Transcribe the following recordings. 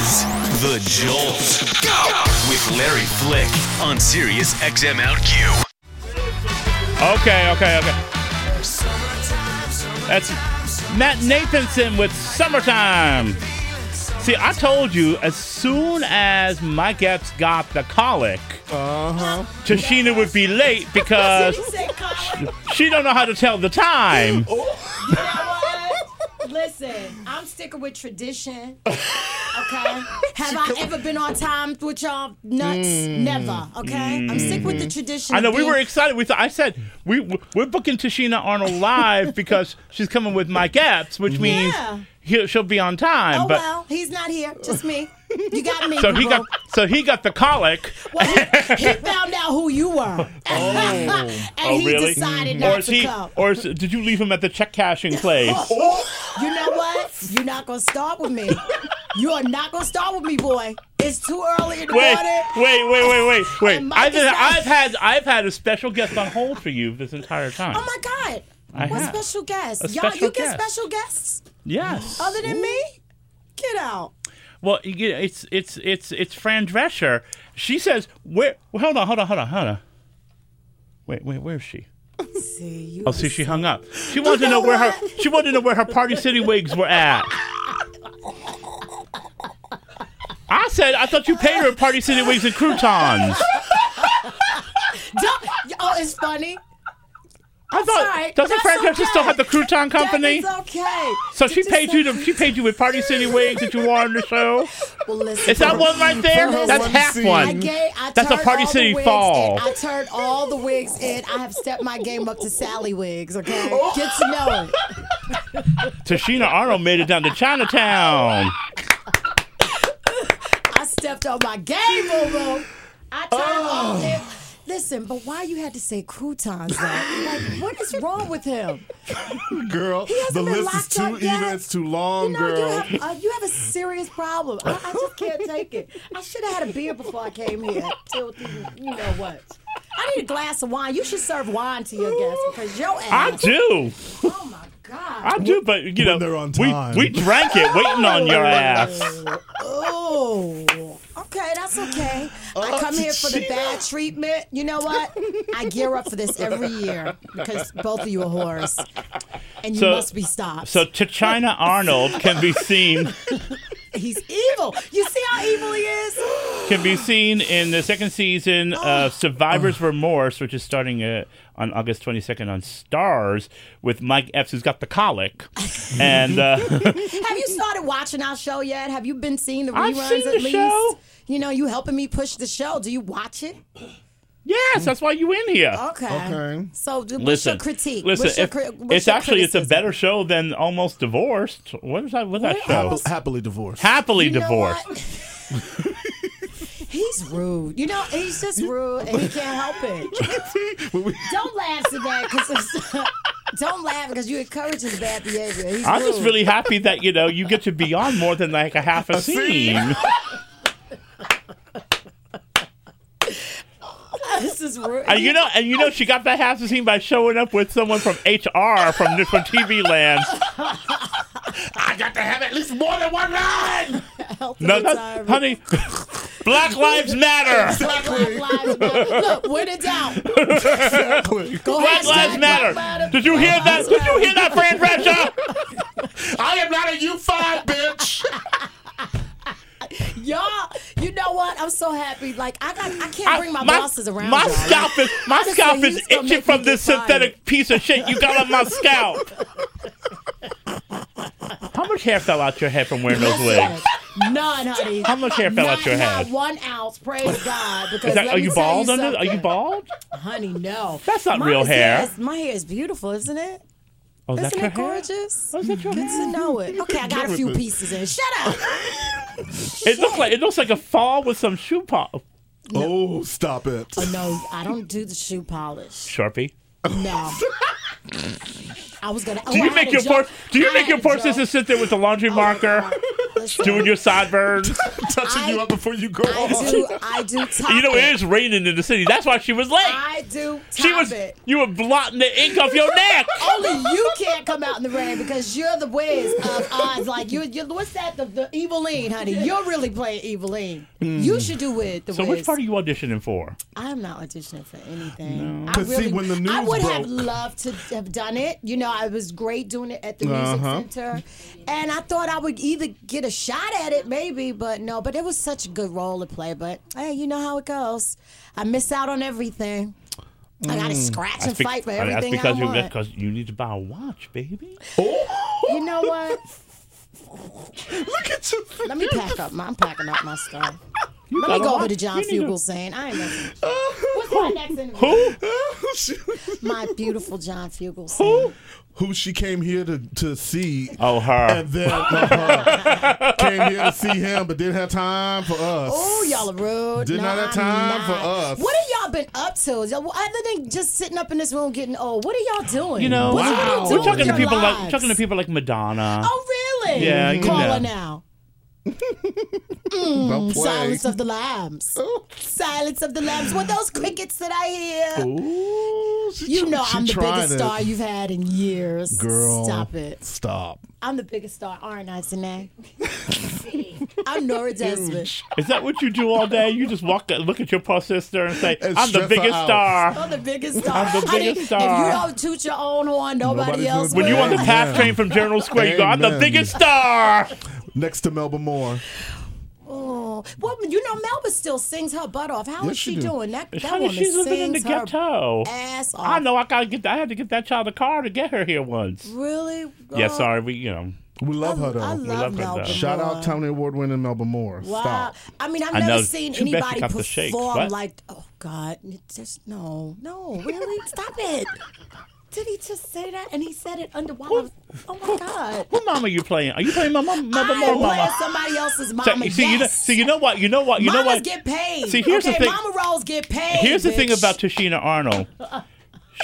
The Jolt. Go! With Larry Flick on Sirius XM OutQ. Okay, okay, okay. That's Matt Nathanson with Summertime. See, I told you as soon as my guests got the colic, Uh-huh. Tashina would be late because she don't know how to tell the time. Oh, Listen, I'm sticking with tradition. Okay. Have I ever been on time with y'all nuts? Never. Okay. I'm sticking with the tradition. Mm. Mm-hmm. I know of we being- were excited. We thought I said we we're booking Tashina Arnold live because she's coming with my guests, which means Yeah. he, she'll be on time. Oh but well, he's not here. Just me. You got me. so he got bro. so he got the colic. Well, he, he found out who you were. and Oh, he really? decided Or not is to he? Oh. come. Oh. Or is, did you leave him at the check cashing place? You know what? You're not gonna start with me. You are not gonna start with me, boy. It's too early in the Wait, morning. wait, wait, wait, wait, wait! And Mike I've, is been, not- I've had I've had a special guest on hold for you this entire time. Oh my God. I what have. special guest? A Y'all, special you get guest. special guests yes. other than me? Get out. Well, you know, it's it's it's it's Fran Drescher. She says, "Where? Well, hold on, hold on, hold on, hold on. Wait, wait, where is she? See you. Oh, see, she hung up. She wanted to know where her she wanted to know where her Party City wigs were at. I said, I thought you paid her Party City wigs and croutons. Don't- oh, it's funny. I thought sorry. doesn't That's Fran Drescher still okay. have the crouton company? That is okay. So she Did paid say- you to, she paid you with Party City wigs that you wore on the show. Well, listen. Is that one right there? Listen, That's half I one. gave, I That's a turned Party all the City wigs fall. In. I turned all the wigs in. I have stepped my game up to Sally wigs. Okay, get to know it. Tashina Arnold made it down to Chinatown. I stepped on my game, boo boo. I turned Oh. off it. Listen, but why you had to say croutons? Though? Like, what is wrong with him? Girl, the hasn't been list is locked too up yet. even. It's too You long, know, girl. you have uh, you have a serious problem. I, I just can't take it. I should have had a beer before I came here. Till you know what? I need a glass of wine. You should serve wine to your guests because your I ass. do. oh my god. I do, but you know, they're on we time. we drank it, waiting on your ass. Oh. Okay, that's okay. Oh, I come here for the bad treatment. You know what? I gear up for this every year because both of you are whores, and you So- must be stopped. So Tachina Arnold can be seen He's evil. You see how evil he is? can be seen in the second season Oh. of Survivor's Remorse, which is starting uh, on August 22nd on Stars with Mike Epps, who's got the colic, and uh, Have you started watching our show yet? Have you been seeing the reruns I've seen at the least? show. You know, you helping me push the show. Do you watch it? yes, that's why you in here. Okay. Okay. So, d- what's Listen, Oh, your critique? Listen, what's your, if- cri- what's it's your actually it's a criticism? better show than Almost Divorced. What was that? What that show? Happ- happily divorced. Happily You know divorced. what? he's rude. You know, he's just rude, and he can't help it. don't laugh so bad, because don't laugh because you're encouraging bad behavior. He's I'm just rude. really happy that you know you get to be on more than like a half a scene. this is rude. And you know, and you know, she got that half the scene by showing up with someone from HR from from TV Land. I got to have at least more than one line. Healthy No, that's, retirement. honey, Black Lives Matter. Black Lives Matter. Look, when it's out. Go Black hashtag Lives Black Matter. Did you hear that? Did you hear that, Fran Drescher? I am not a U5, bitch. Y'all, you know what? I'm so happy. Like I got, I can't bring my, bosses around. My y'all. scalp is my Honestly, scalp he's is gonna itching make from me this get fired. synthetic piece of shit you got on my scalp. How much hair fell out your head from wearing those wigs? None, honey. How much hair fell not, out your not head? one ounce. Praise God. Because Is that, let are me you tell bald? under? Are something. you bald? Honey, no. That's not Mine real is- hair. yes, my hair is beautiful, isn't it? Oh, is that Isn't your it hair? gorgeous? Oh, is that your Good hair? to know it. Okay, I got a few pieces in. Shut up. It looks like it looks like a fall with some shoe pop. Oh, stop it. No, I don't do the shoe polish. Sharpie. No. I oh, was gonna. Do you make your por- Do you make your forces? Oh, assistant with the laundry marker? listen. doing your sideburns. touching you I- up before you go I on. do. I do. Top you know it. it is raining in the city. That's why she was late. I do. Top she was. It. You were blotting the ink off your neck. Only you can't come out in the rain because you're the whiz of Oz. Like you, you what's that? The, the Eveline, honey. You're really playing Eveline. You should do with the Hmm. So whiz. which part are you auditioning for? I'm not auditioning for anything. I 'Cause see, when the I news would have broke- loved to have done it. You know, I was great doing it at the Uh-huh. music center, and I thought I would either get a shot at it, maybe, but no. But it was such a good role to play. But hey, you know how it goes. I miss out on everything. I Mm. gotta scratch and fight for I mean, that's everything because I you want. Oh, because you need to buy a watch, baby. You know what? Oh, Look at you. Let me pack up. My, I'm packing up my stuff. You Let me got a go over watch. to John You need to- Fugel saying, I ain't nothing. Oh, What's my next interview? Who? My beautiful John Fugel Who? Who she came here to, to see. Oh, her. And then uh, came here to see him, but didn't have time for us. Oh, y'all are rude. Did no, not have I'm time not. for us. What have y'all been up to? Y'all- well, Other than just sitting up in this room getting old, what are y'all doing? You know, what Wow. y'all we're doing talking with to your people like lives? talking to people like Madonna. Oh, really? Yeah, you Call know. her now. Don't play. Silence of the Lambs. Oh. Silence of the Lambs. What those crickets that I hear? Ooh, she You tr- know Oh. she I'm the tried biggest it. star you've had in years. Girl, Stop it. Stop. I'm the biggest star, aren't I, Sinead? I'm Nora Desmond. Is that what you do all day? You just walk, look at your poor sister, and say, And "I'm the stress her biggest out. star." I'm the biggest star. I'm the Honey, biggest star. If you don't toot your own horn, nobody Nobody's else gonna When will. you on the Amen. path train from General Square, you go, "I'm the Amen. biggest star." Next to Melba Moore. Oh, well, you know, Melba still sings her butt off. How is Yes, she she do. doing? That, that Honey, woman she's sings living in the her ghetto. ass off. I know. I gotta get. I had to get that child a car to get her here once. Really? Yeah, Oh, sorry. We, you know, We love her though. I love love her, Melba. though. Shout Moore. out Tony Award winning Melba Moore. Wow. Stop. I mean, I've I know. never seen Too bad she anybody got the shakes. perform What? like, oh, God. It just, no, no, really? Stop it. Did he just say that? And he said it under while I was- Oh, my God. who mama you playing? Are you playing my mom? Mother I more am playing mama. somebody else's So, mama. see, you know, yes. see, you know what? You know what? You know Mamas what? get paid. See, here's the okay, thing- Mama rolls get paid. Here's the thing bitch. about Tashina Arnold.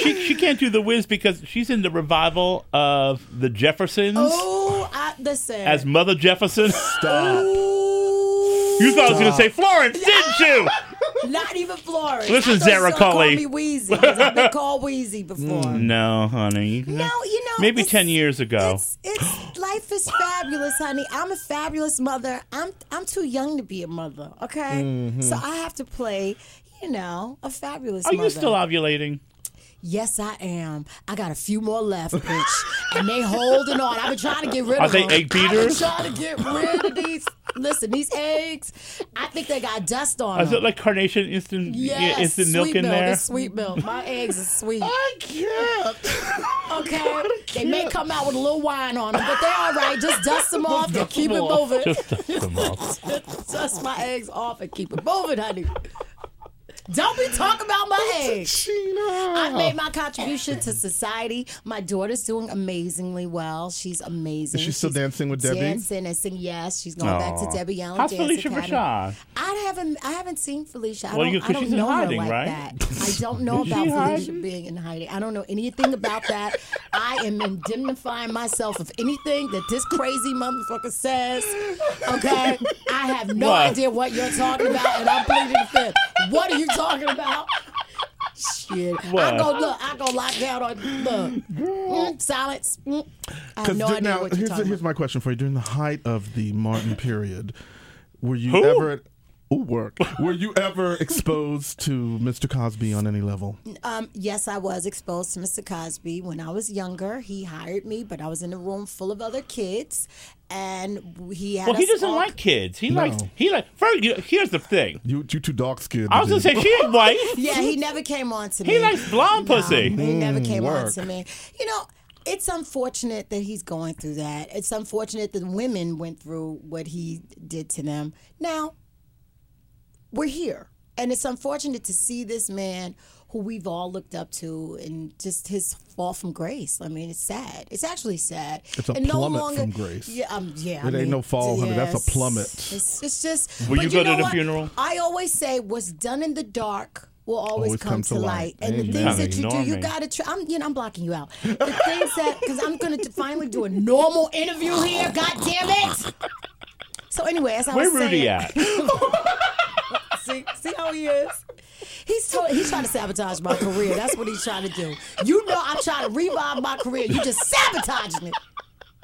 She she can't do the whiz because she's in the revival of the Jeffersons Ooh, I, listen. as Mother Jefferson. Stop. Ooh, you thought I was gonna say Florence, didn't you? not even Florida. Listen, I thought you Zara was gonna Cully. Call me Wheezy. 'cause I've been called Wheezy before. No, honey. No, you know, Maybe it's- ten years ago. It's, it's life is fabulous, honey. I'm a fabulous mother. I'm I'm too young to be a mother. Okay, so I have to play. You know, a fabulous. Mm-hmm. Are mother. you still ovulating? Yes, I am. I got a few more left, bitch. and they holding on. I've been trying to get rid Are of they them. egg beaters? I've been trying to get rid of these. Listen, these eggs, I think they got dust on Is them. it like carnation instant yeah, Oh. yes, instant sweet milk in milk. there? It's sweet milk. My eggs are sweet. I can't. Okay, they may come out with a little wine on them, but they're all right. Just dust them off and keep it moving. Just dust them off. dust my eggs off and keep it moving, honey. Don't be talking about my eggs. I made Sheena. my contribution to society. My daughter's doing amazingly well. She's amazing. Is she still She's dancing with Debbie? Dancing and singing. Yes, she's going back to Aw. Debbie Allen. How's Dance Felicia Academy. Rashad? I haven't. I haven't seen Felicia. I Well, don't, you- 'cause I don't she's in know her hiding, like right? that. I don't know about she Felicia hiding? being in hiding. I don't know anything about that. I am indemnifying myself of anything that this crazy motherfucker says. Okay, I have no What? idea what you're talking about, and I'm pleading the fifth. What are you talking about? Shit. What? I go look. I go lock down on look. Mm, silence. Mm. I have no dur- idea now, what you're here's, the- talking here's about. my question for you. During the height of the Martin period, were you Who? ever ooh, work? Were you ever exposed to Mr. Cosby on any level? Um, yes, I was exposed to Mr. Cosby when I was younger. He hired me, but I was in a room full of other kids, and he had. Well, he us doesn't all- like kids. He No. likes he like. First, you- here's the thing. You you too dark skinned. I was gonna say she ain't white. Yeah, he never came on to me. He likes blonde pussy. Um, He never came on work. to me. You know, it's unfortunate that he's going through that. It's unfortunate that women went through what he did to them. Now, we're here. And it's unfortunate to see this man who we've all looked up to and just his fall from grace. I mean, it's sad. It's actually sad. It's a and plummet from grace. Yeah, um, yeah. I It ain't mean, no fall, honey. That's a yes. plummet. It's, it's just. Will but you go to know the what? funeral? I always say, what's done in the dark will always, come, to light. And the Amen. things that you Ignore do, you me. got gotta try. I'm, you know, I'm blocking you out. The things that, because I'm gonna t- finally do a normal interview here. God damn it! So anyway, as I Where was Rudy saying, at? see, see how he is. He's to- he's trying to sabotage my career. That's what he's trying to do. You know, I'm trying to revive my career. You just sabotaging it.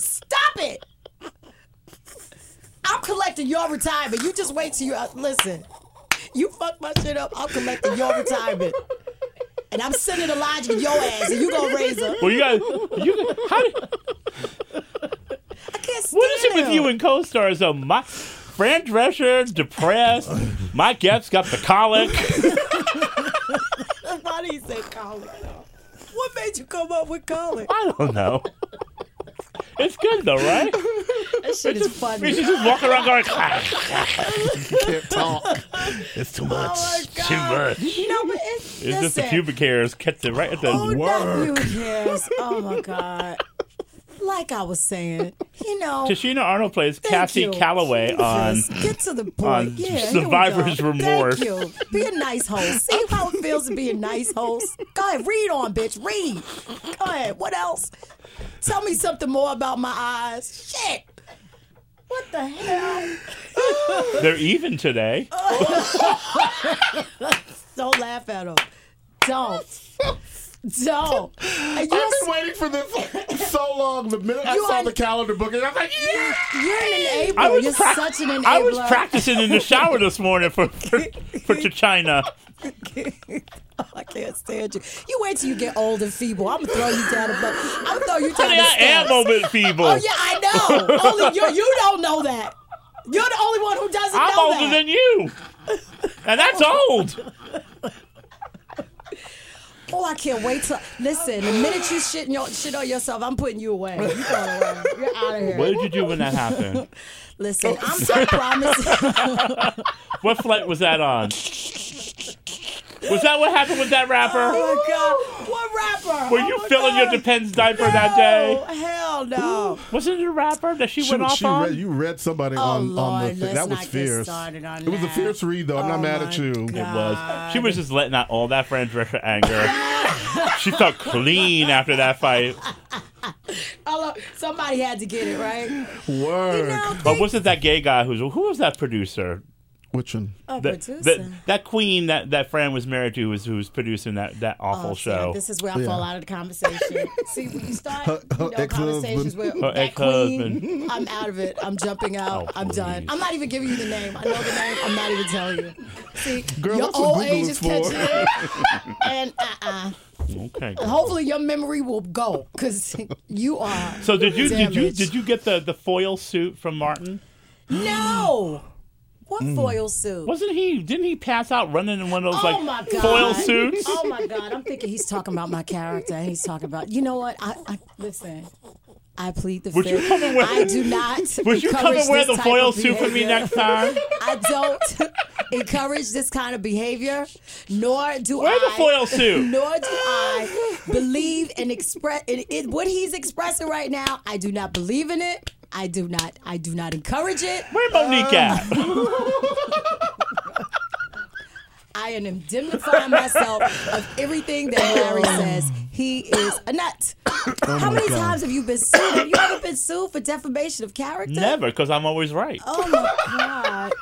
Stop it. I'm collecting your retirement. You just wait till you uh, listen. You fuck my shit up. I'm collecting your retirement. And I'm sending Elijah to your ass, and you gonna raise her. Well, you guys, you, how, I can't stand what is it with him. you and co-stars? though? my Fran Drescher depressed. My Gepps got the colic. Why do you say colic? though? What made you come up with colic? I don't know. It's good though, right? That shit is We funny. should just walk around going. "Ah." Can't talk. It's too much. Oh my Too god. much. It's No, but it's, just the listen. pubic hairs kept it right at the. Oh, Work. Not pubic hairs. Oh my god. Like I was saying, you know, Tashina Arnold plays thank Cassie you. Calloway on. Jesus, get to the point. on yeah, here we Survivor's go. Remorse. Thank you. Be a nice host. See how it feels to be a nice host. Go ahead, read on, bitch. Read. Go ahead. What else? Tell me something more about my eyes. Shit. What the hell? They're even today. Don't laugh at him. Don't. Don't. And you're I've been waiting for this so long. The minute I You saw are- the calendar book, and I was like, yeah. You're an enabler. I was You're prac- such an enabler. I was practicing in the shower this morning for for, for China. Oh, I can't stand you. You wait till you get old and feeble. I'm gonna throw you down the bu- I'm gonna throw you down Honey, the I am stairs. a bit feeble. Oh yeah, I know. Only you you don't know that. You're the only one who doesn't I'm know older that. than you, and that's old. oh, I can't wait till listen. The minute you shit your shit on yourself, I'm putting you away. You're, away. You're out of here. What did you do when that happened? Listen, I'm so promising. What flight was that on? Was that what happened with that rapper? oh my god, what rapper? Were Oh, you my filling your God. Depends diaper that No, day? hell no. Wasn't it a rapper that she, She, went off she on? read, you read somebody on, on the Oh, Lord, thing. let's That was not get fierce. started on it was a that. fierce read, though. I'm not Oh mad my at you. It God. was. She was just letting out all that Fran Drescher anger. she felt clean after that fight. Hello, somebody had to get it right. Word. No, But wasn't that gay guy who's who was that producer? Which one? Oh, That, producer. that that queen that, that Fran was married to was who was producing that, that awful Oh, see, show. this is where I fall out of the conversation. see, when you start you know, ex-husband. conversations with Her that ex-husband. queen, I'm out of it. I'm jumping out. Oh, I'm done. please. I'm not even giving you the name. I know the name. I'm not even telling you. See, Girl, your that's what old Google age is is for. catching in, and uh-uh. okay. Hopefully, your memory will go because you are. So did you did you damaged. did you get the, the foil suit from Martin? No. What Mm. foil suit? Wasn't he? Didn't he pass out running in one of those oh like my god. foil suits? Oh my god, I'm thinking he's talking about my character. He's talking about you know what? I, I listen. I plead the Would you fifth. come and wear- I do not. Would you come encourage and wear this the type foil of suit for me behavior. next time? I don't encourage this kind of behavior, nor do Wear I the foil suit. Nor do I believe and express in it, what he's expressing right now. I do not believe in it. I do not. I do not encourage it. Where Monique Uh, at? I am indemnifying myself of everything that Larry says. He is a nut. Oh How many times have you been sued? Have you ever been sued for defamation of character? Never, because I'm always right. Oh my God.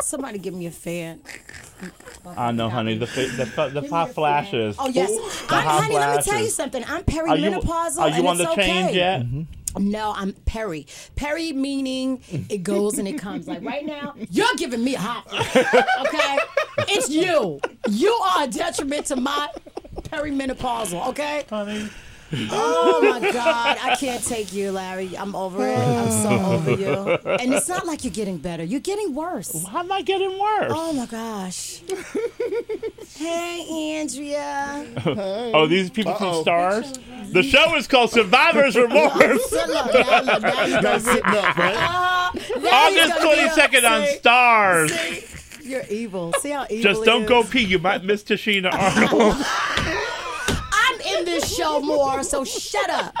Somebody give me a fan. I know, honey. The fa- the fa- the hot flashes. Oh, yes. the I'm, hot honey, let me tell you flashes. something. I'm Are you, perimenopausal. are you and on the it's okay. change yet? No, I'm peri. Peri meaning it goes and it comes. Like right now, you're giving me a hot. Okay? It's you. You are a detriment to my perimenopausal, okay? Honey, Oh my God. I can't take you, Larry. I'm over it. I'm so over you. And it's not like you're getting better, you're getting worse. how am I getting worse? Oh my gosh. Hey, Andrea. Oh, these people from Stars. The show is called Survivor's Remorse. So look, now, look, now you Guys gonna- sitting up, right? Uh, now he's August gonna be twenty second on upset. Stars. See? You're evil. See how evil Just he don't is? go pee. You might miss Tashina Arnold. I'm in this show more, so shut up.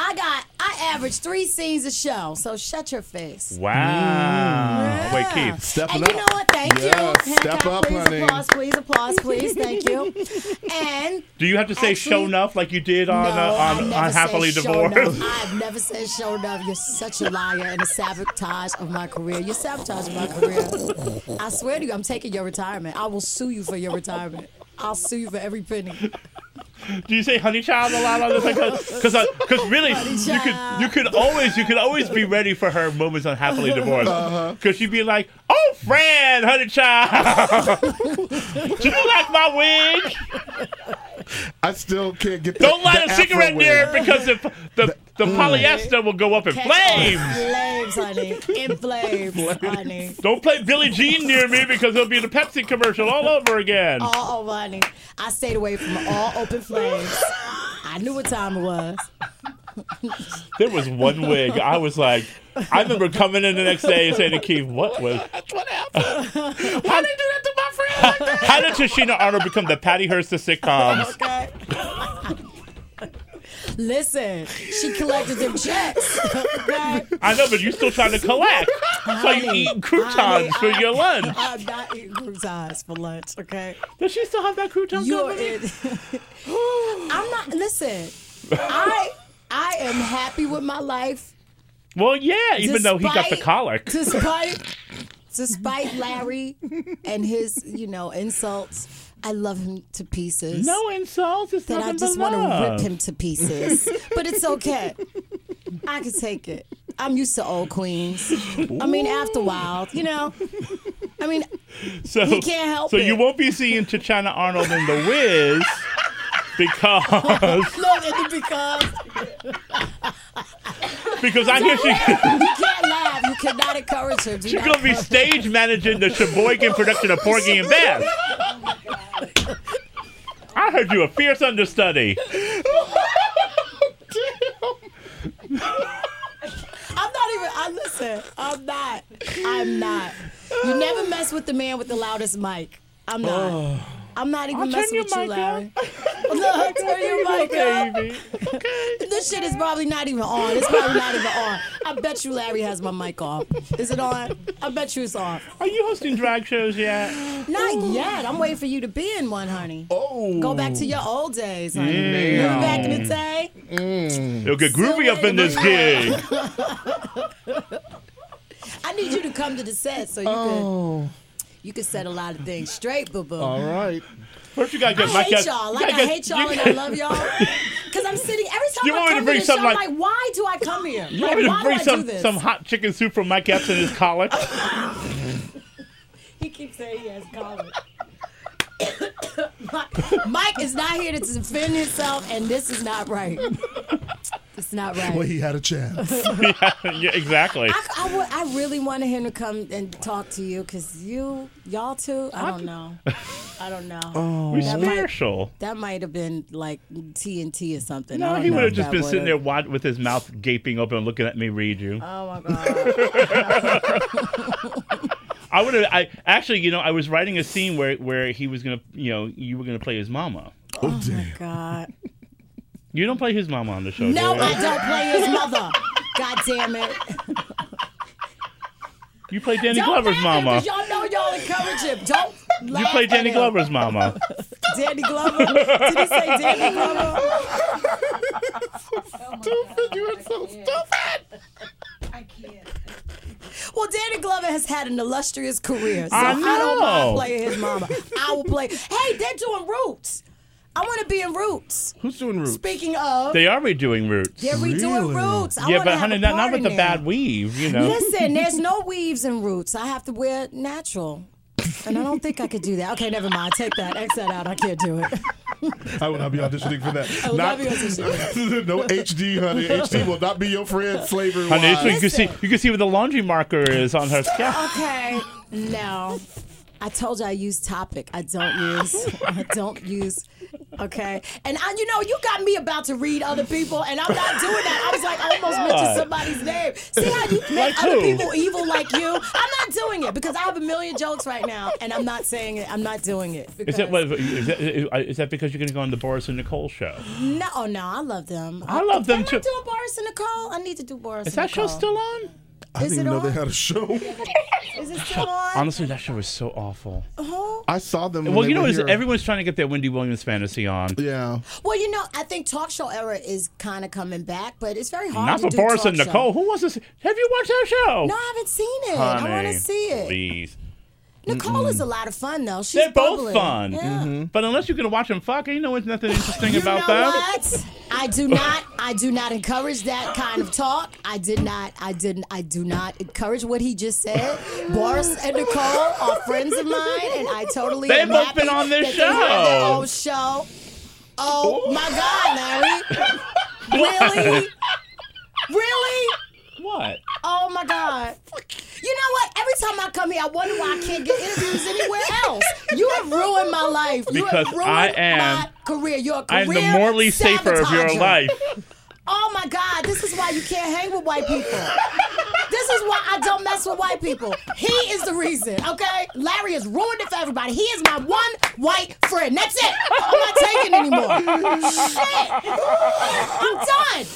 I got I average three scenes a show, so shut your face. Wow. Wait, Yeah. Keith. Stepping and you know up. what? Thank Yes, you. step Hancock, up, please honey. applause, please applause, please. Thank you. And Do you have to say Actually, show enough like you did on no, uh, I've on, never on said Happily show Divorced? enough. I've never said show enough. You're such a liar and a sabotage of my career. You're sabotaging my career. I swear to you, I'm taking your retirement. I will sue you for your retirement. I'll sue you for every penny. Do you say honey child a lot on this? Because because really you could child. you could always you could always be ready for her moments on Happily Divorced Uh-huh. because she'd be like, oh Fran, honey child, do you like my wig? I still can't get. Don't the, light the a cigarette Afro near wig. it because if the the polyester will go up in In flames. flames, honey. In flames, honey. Don't play Billie Jean near me because it'll be the Pepsi commercial all over again. All over, honey. I stayed away from all open flames. I knew what time it was. There was one wig. I was like, I remember coming in the next day and saying to Keith, "What was? What happened? How did you do that to my friend? How did Tashina Arnold become the Patty Hearst of sitcoms? Okay. Listen, she collected them checks. Okay? I know, but you're still trying to collect. It's like Honey, eating croutons for honey, I- your lunch. I'm not eating croutons for lunch, okay? Does she still have that crouton You're company? in. I'm not. Listen, I I am happy with my life. Well, yeah. Even though he got the Despite- colic. Despite despite Larry and his you know insults, I love him to pieces. No insults. It's that I nothing just but want to love. rip him to pieces. but it's okay. I can take it. I'm used to old queens. I mean, after a while, you know. I mean, So He can't help So you it. won't be seeing Tachana Arnold in The Wiz because no, it's because because I hear she. you can't laugh. You cannot encourage him. Do She's not gonna be encourage- stage managing the Sheboygan production of Porgy and Bess. I heard you a fierce understudy. I'm not even. I listen. I'm not. I'm not. You never mess with the man with the loudest mic. I'm not. I'm not even Oh. I'll turn messing your with you, mic up. Larry. Look, turn your mic up. Baby. This shit is probably not even on. It's probably not even on. I bet you Larry has my mic off. Is it on? I bet you it's off. Are you hosting drag shows yet? Not yet. I'm waiting for you to be in one, honey. Oh, Go back to your old days, honey. Remember back in the day? It'll get groovy up in this gig. I need you to come to the set so you Oh. could you could set a lot of things straight, boo boo. All right. First, you gotta I get my hate guest. y'all. you Like I gotta get- hate y'all you and I gotta- love y'all. Cause I'm sitting every time You want me I to come bring to the show, something I'm like- like, why do I come here? You want me to Like, bring why do I do some, this? some hot chicken soup from Mike Epps and his colic? He keeps saying he has college. Mike is not here to defend himself, and this is not right. It's not right. Well, he had a chance. yeah, exactly. I, I would- I really wanted him to come and talk to you because you, y'all two, I don't know. I don't know. Oh. We that might- special. That might have been like TNT or something. I No, don't he know would have if just that been sitting there would've- wa- with his mouth gaping open, looking at me read you. Oh my God. I would have. I actually, you know, I was writing a scene where where he was gonna, you know, you were gonna play his mama. Oh, damn. God. You don't play his mama on the show. No, do you? I don't play his mother. God damn it. you play Danny Don't Glover's laugh at him, mama. 'cause Y'all know y'all encourage him. Don't You play Danny Glover. Glover's mama. Danny Glover. Did he say Danny Glover? Oh Well, Danny Glover has had an illustrious career, so I I, don't mind know. playing his mama. I will play. Hey, they're doing Roots. I want to be in Roots. Who's doing roots? Speaking of, They are redoing Roots. they're redoing Really? Roots. I yeah, wanna but have honey, a not, not part with in the it. bad weave. You know, Listen, there's no weaves in Roots. I have to wear natural. And I don't think I could do that. Okay, never mind. Take that. X that out. I can't do it. I will not be auditioning for that. will not be auditioning. no HD, honey. HD will not be your friend. Slavery. honey, it's- you wise. can see you can see where the laundry marker is on her scalp. Okay. No. I told you I use topic. I don't use I don't use Okay. And I, you know, you got me about to read other people, and I'm not doing that. I was like, I almost mentioned somebody's name. See how you make Like other who? people evil like you? I'm not doing it because I have a million jokes right now, and I'm not saying it. I'm not doing it. Is because- that, what, is, that, is that because you're going to go on the Boris and Nicole show? No, oh, no, I love them. I love them Am too. I doing Boris and Nicole? I need to do Boris. Is that show still on? I Is didn't even it know on? they had a show. Is it still on? Honestly, that show is so awful. Oh. I saw them. when Well, they you know, were what is here. everyone's trying to get their Wendy Williams fantasy on. Yeah. Well, you know, I think talk show era is kind of coming back, but it's very hard. Not to for do Boris talk and show. Nicole. Who wants to see? Have you watched that show? No, I haven't seen it. Honey, I want to see it. Please. Nicole is a lot of fun though. She's They're both bubbly. fun. Yeah. Mm-hmm. But unless you can watch them fuck, ain't no it's nothing interesting You about know that. what? I do not. I do not encourage that kind of talk. I did not. I didn't. I do not encourage what he just said. Boris and Nicole are friends of mine, and I totally. They've am both been happy on this that they have their show. own show. Oh my God, Larry! Really? really? What? Oh my God. You know what? Every time I come here, I wonder why I can't get interviews anywhere else. You have ruined my life. You Because have ruined I am- my career. You're a career I am the morally safer of your sabotager. life. Oh my God. This is why you can't hang with white people. This is why I don't mess with white people. He is the reason, okay? Larry has ruined it for everybody. He is my one white friend. That's it. I'm not taking anymore. Shit. I'm done.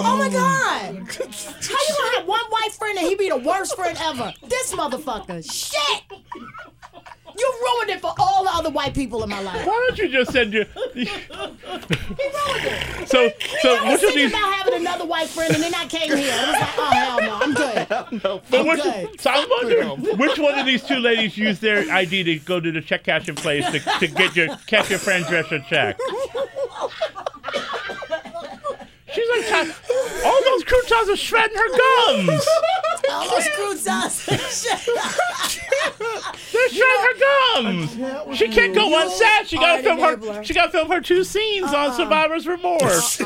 Oh my God. How you gonna have one white friend and he be the worst friend ever? This motherfucker. Shit! You ruined it for all the other white people in my life. Why don't you just send your? so, so I was which of thinking these? about having another white friend and then I came here. I was like, oh hell no, I'm good. But which, good. so I'm wondering which one of these two ladies used their ID to go to the check cashing place to, to get your cash your friend's restaurant check. She's like, "Ty- all those croutons are shredding her gums. All those croutons. They're shredding her gums. She can't go one set. She are gotta an film her. enabler. She gotta film her two scenes on Survivor's Remorse.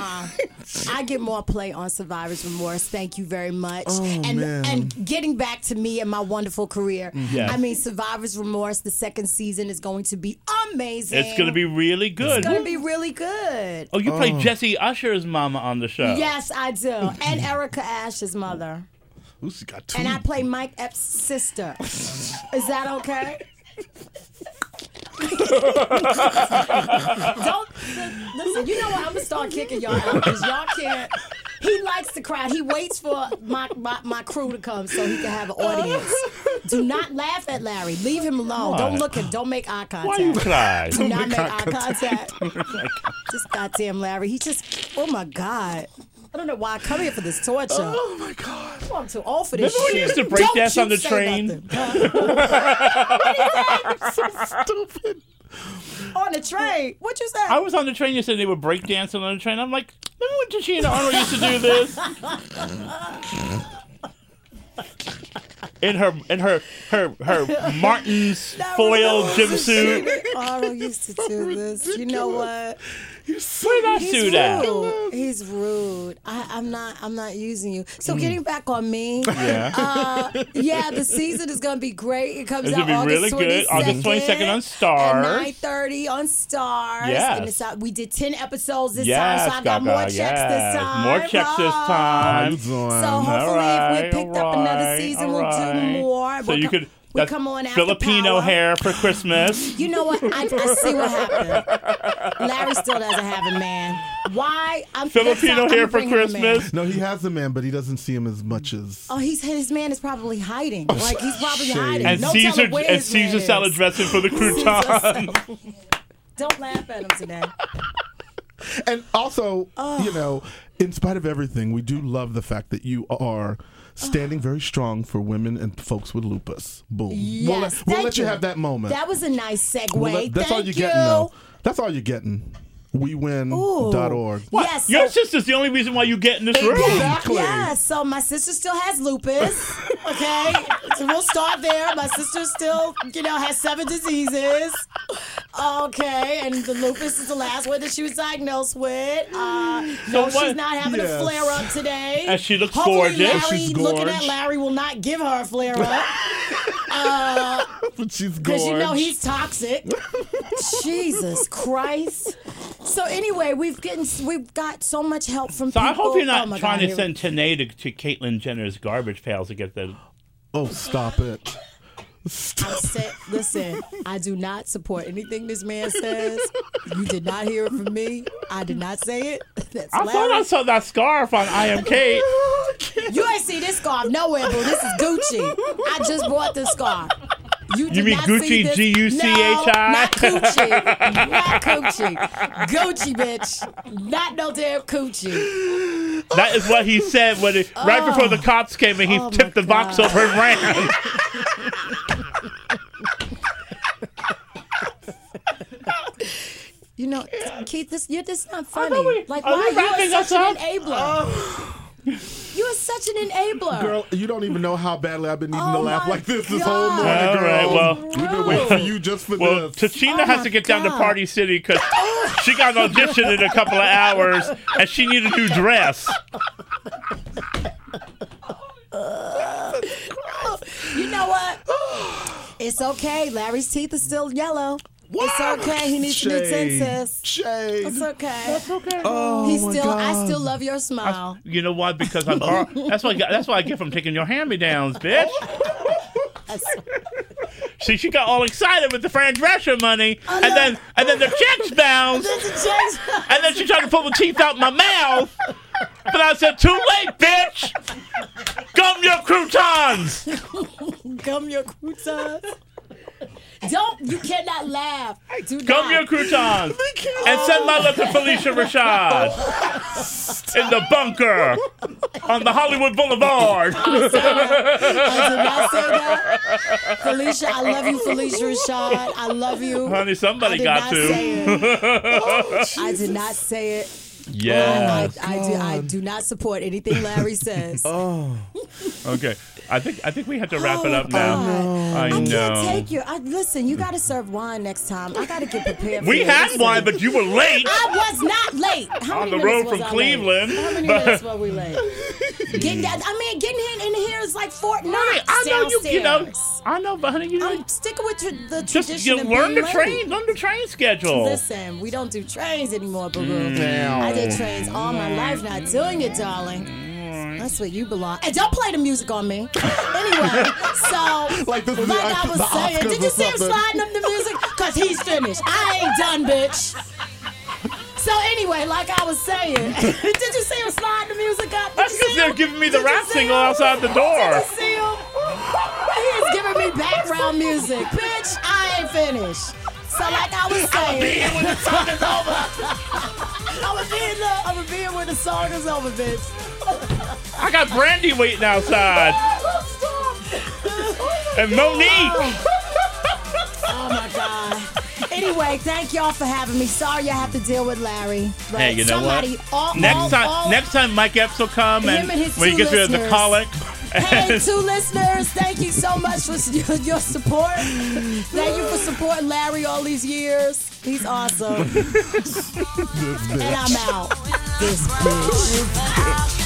I get more play on Survivor's Remorse. Thank you very much. and man. and getting back to me and my wonderful career. Yes. I mean, Survivor's Remorse. The second season is going to be amazing. It's gonna be really good. It's gonna be really good. Oh, you played Jesse Usher's mama on the show. Yes, I do. And Erica Ash's mother. Ooh, she got two. And I play Mike Epps' sister. Is that okay? Don't listen. You know what? I'm gonna start kicking y'all out because y'all can't. He likes the crowd. He waits for my, my my crew to come so he can have an audience. Do not laugh at Larry. Leave him alone. Don't Why? look at. Don't make eye Why you contact. cry? Do not make eye contact. Just goddamn Larry. He just. Oh my god. I don't know why I come here for this torture. oh my god. I'm too old for this Remember when shit. you used to break Don't dance you on the say train? nothing. on the train. What you say? I was on the train yesterday. They were breakdancing on the train. I'm like, remember when Tashina Arnold used to do this? In her, in her, her, her Martin's That was foil the- gym suit. Arnold Oh, used to do this. You know what? Where did I He's do that? rude. He's rude. I, I'm not. I'm not using you. So getting back on me. Mm. Yeah, Uh, yeah, the season is gonna be great. It comes It's out gonna be really good. August 22nd, August 22nd on Stars. Nine thirty on Stars. Yes. And it's out, we did ten episodes this yes, time, so I Gaga, got more checks yes. this time. More checks this Oh. time. So hopefully, Alright, if we picked up another alright, season, we'll do alright. more. So We'll you co- could we that's come on after Filipino Power. hair for Christmas. You know what? I, I see what happened. Larry still doesn't have a man. Why? I'm Filipino I'm hair for bringing him in. Christmas. No, he has a man, but he doesn't see him as much as. Oh, he's his man is probably hiding. Oh, Like he's probably Shade. hiding. And no Caesar telling where and his man Caesar is. salad dressing for the crouton. Don't laugh at him today. And also, you know, in spite of everything, we do love the fact that you are standing very strong for women and folks with lupus. Boom. we'll Yes, let, we'll thank let you. you. have that moment. That was a nice segue. We'll let- that's Thank all you're getting, though. That's all you're getting. WeWin.org. Yes. Your so- sister's the only reason why you get in this room. Exactly. Yeah, so my sister still has lupus. Okay. so we'll start there. My sister still, you know, has seven diseases. Okay. And the lupus is the last one that she was diagnosed with. Uh, no, what- she's not having Yes. a flare up today. And she looks Hopefully gorgeous. Larry, She's looking gorge. at Larry, will not give her a flare up. but she's gorgeous. Because you know he's toxic. Jesus Christ. So anyway, we've getting we've got so much help from So people. I hope you're Oh, not my trying God, to here- send Tanae to, to Caitlyn Jenner's garbage pails to get the. oh, stop it. I said, listen, I do not support anything this man says. You did not hear it from me. I did not say it. That's I thought I Larry. saw that scarf on I Am Kate. You ain't see this scarf nowhere, boo. This is Gucci. I just bought this scarf. You, did mean not see Gucci, this- G-U-C-H-I? No, not Gucci. Not Gucci. Gucci, bitch. Not no damn Gucci. That is what he said when it, right before the cops came and he Oh, my tipped the box God. over and ran. You know, Keith, this you're just not funny. we- like, are why we you wrapping are this such an up? enabler? you are such an enabler. Oh. Girl, you don't even know how badly I've been needing Oh to laugh my like this this whole God. morning, All girl. right, well- we've been waiting for you just for Well, this. Tachina Oh has my to get down to God. Party City because she got an audition in a couple of hours and she needed a new dress. You know what? it's okay. Larry's teeth are still yellow. It's okay. He needs new Shade. senses. Shade. It's okay. That's okay. Oh, He's my still. I God. still love your smile. You know why? Because I'm. hor- that's why. That's why I get from taking your hand-me-downs, bitch. See, she got all excited with the Fran Drescher money, and Oh, no. then and then the checks bounced, That's a change. and then she tried to pull the teeth out my mouth. But I said, "Too late, bitch! Gum your croutons." Gum your croutons. Don't. You cannot laugh. Do Gum not. your croutons and send my love to Felicia Rashad in the bunker on the Hollywood Boulevard. I did not say that. Felicia, I love you, Felicia Rashad. I love you. Honey, I somebody did got not to. Oh, say it. I did not say it. Yeah. I, I, do, I do not support anything Larry says. Okay. I think I think we have to wrap Oh, it up my now. God. I I know. can't take you. I, listen, you got to serve wine next time. I got to get prepared. we for had this. one, but you were late. I was not late. How On many the road minutes from was I Cleveland. Late? How many minutes were we late? Getting that, I mean, getting in, in here is like Fort Knox. Honey, I know you. You know. downstairs. I know, but honey, you know. I'm sticking with your, the tradition. Just you of learn being the late. train. Learn the train Oh. schedule. Listen, we don't do trains anymore, boo. Mm. I did trains all my life, not doing it, darling. That's where you belong. And don't play the music on me. anyway, so Like this is the- I was the saying, Oscars did you or see him something. sliding up the music? Cause he's finished. I ain't done, bitch. So anyway, like I was saying, did you see him slide the music up? Did That's because you see they're him? giving me the Did you rap see single him? outside the door. Did you see him? He's giving me background music. Bitch, I ain't finished. So like I was saying, when the song is over. I'ma be in the I'ma be in when the song is over, bitch. I got Brandy waiting outside and Monique. Oh my god. Anyway, thank y'all for having me. Sorry I have to deal with Larry. But Hey, you know what? somebody, All, all- Next all- time, next time Mike Epps will come, Him and and his when he two gets rid of the listeners. colic, Hey, two listeners, thank you so much for your, your support. Thank you for supporting Larry all these years. He's awesome. and I'm out. This bitch. Out.